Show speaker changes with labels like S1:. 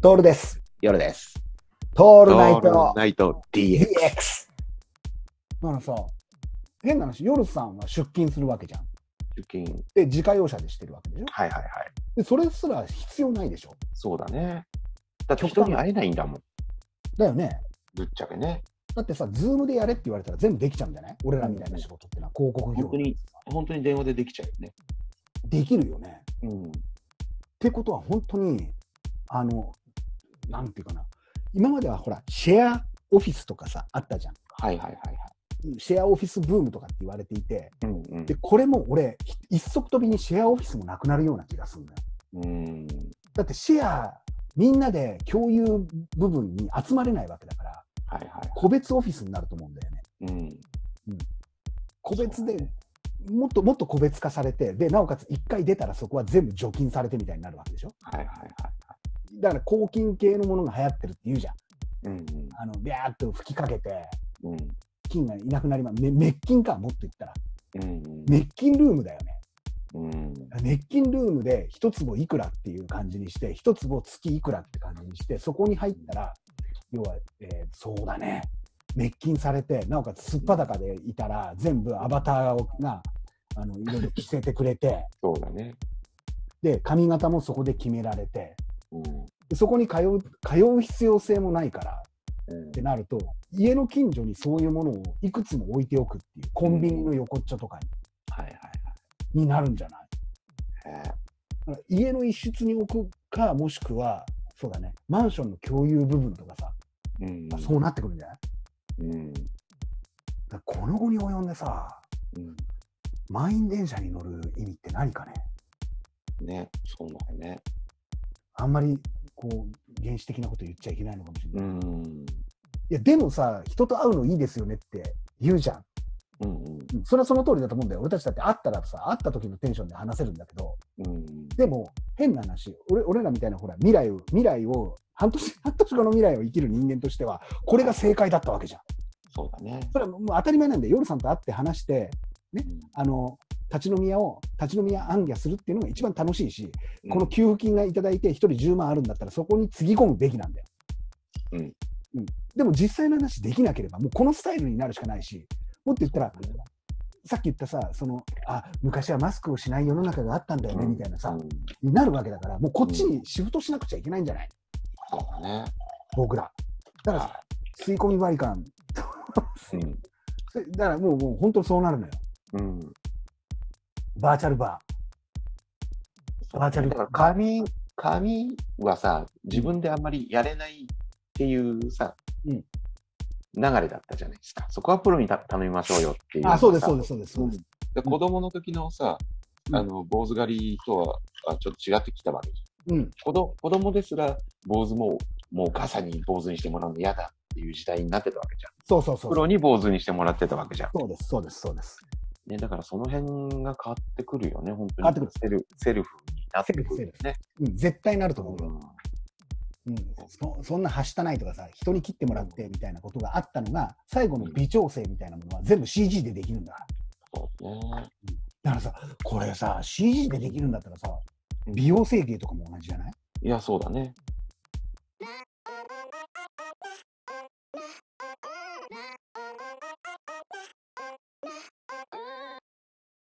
S1: トールです。
S2: 夜です。
S1: ト
S2: オ
S1: ールナイト
S2: ナイト DX。
S1: DX。あのさ、変な話、夜さんは出勤するわけじゃん。
S2: 出勤。
S1: で、自家用車でしてるわけでしょ。
S2: はいはいはい。
S1: で、それすら必要ないでしょ。
S2: そうだね。だって
S1: 極端
S2: 人に会えないんだもん。
S1: だよね。
S2: ぶっちゃけね。
S1: だってさ、ズームでやれって言われたら全部できちゃうんじゃない俺らみたいな仕事ってのは広告
S2: 本当
S1: 業
S2: に、本当に電話でできちゃうよね。
S1: できるよね。っ
S2: うん。
S1: てことは本当に、あの、なんていうかな。今まではほら、シェアオフィスとかさ、あったじゃん。
S2: はいはいはいはい。
S1: シェアオフィスブームとかって言われていて、
S2: うんうん
S1: で、これも俺、ひ一足飛びにシェアオフィスもなくなるような気がするんだよ。
S2: うん。
S1: だってシェア、みんなで共有部分に集まれないわけだから、
S2: はいは
S1: 個別オフィスになると思うんだよね。
S2: い。うん。
S1: 個別
S2: そうだ
S1: で
S2: ね、
S1: もっともっと個別化されて、で、なおかつ1回出たらそこは全部除菌されてみたいになるわけでしょ。
S2: はいはいはい。
S1: だから抗菌系のものが流行ってるって言うじゃん。
S2: うん
S1: あの、ビャーっと吹きかけて、
S2: うん。うん
S1: 菌がいなくなります。め滅菌か、もっと言ったら。
S2: うん
S1: 滅菌ルームだよね。
S2: うん。
S1: 熱菌ルームで一坪いくらっていう感じにして、一坪月いくらって感じにして、そこに入ったら、要は、えーそうだね、滅菌されて、なおかつすっぱだかでいたら、全部アバターをがあのいろいろ着せてくれて、
S2: そうだね。
S1: で髪型もそこで決められて、
S2: うん。
S1: でそこに通う通う必要性もないから
S2: うん
S1: ってなると、家の近所にそういうものをいくつも置いておくっていう、コンビニの横っちょとか
S2: はいはい
S1: にになるんじゃない
S2: はい。
S1: 家の一室に置くか、もしくは、そうだね、マンションの共有部分とかさ、
S2: えーうん。
S1: そうなってくるんじゃない
S2: うん。
S1: だからこの後に及んでさ、
S2: うん。
S1: 満員電車に乗る意味って何かね、
S2: ね。そうだよね。
S1: あんまりこう原始的なこと言っちゃいけないのかもしれな
S2: う
S1: い。い
S2: ん。うん
S1: や、でもさ、人と会うのいいですよねって言うじゃん。
S2: うん。
S1: うんそれはその通りだと思うんだよ。俺たちだって会ったらさ、会った時のテンションで話せるんだけど、
S2: うん。
S1: でも、変な話、俺俺らみたいなほら、未来を、未来を、半年、半年後の未来を生きる人間としては、これが正解だったわけじゃん。
S2: そうだね。
S1: それはもう当たり前なんで、夜さんと会って話して、
S2: うん
S1: あの立ち飲み屋を、立ち飲み屋行脚するっていうのが一番楽しいし、この給付金がいただいて、1人10万あるんだったら、そこにつぎ込むべきなんだよ。
S2: うん
S1: うんでも実際の話できなければ、もうこのスタイルになるしかないし、もっと言ったら、さっき言ったさ、そのあ昔はマスクをしない世の中があったんだよね
S2: うん
S1: みたいなさ、
S2: うん
S1: になるわけだから、もうこっちにシフトしなくちゃいけないんじゃない、
S2: そうだね。
S1: 僕ら。だから、吸い込み割り感、
S2: うん。
S1: それだからもうもう本当にそうなるのよ、
S2: うん。
S1: バーチャルバー。バーチャル
S2: だから紙、紙はさ、自分であんまりやれないっていうさ、
S1: うん
S2: 流れだったじゃないですか。そこはプロにた頼みましょうよっていうのが
S1: あ、
S2: さ。
S1: そうです、そうです、そうです、そうです。
S2: で子供の時のさ、
S1: うん
S2: あの、坊主狩りとはあちょっと違ってきたわけじゃん。
S1: うん、
S2: 子ど子供ですら、坊主も、もうお母さんに坊主にしてもらうの嫌だっていう時代になってたわけじゃん。
S1: そうそうそう
S2: プ。ロに坊主にしてもらってたわけじゃん。
S1: そうです、そうです、そうです。
S2: ね、だからその辺が変わってくるよね、本当に。
S1: 変わってくる
S2: セルセルフになってくるよね。
S1: うん、絶対なると思うよ。
S2: うん
S1: うん、そそんなはしたないとかさ、人に切ってもらってみたいなことがあったのが、最後の微調整みたいなものは全部 CG でできるんだから。
S2: そうね。
S1: だからさ、これさ、CG でできるんだったらさ、
S2: うん
S1: 美容整形とかも同じじゃない
S2: いや、そうだね。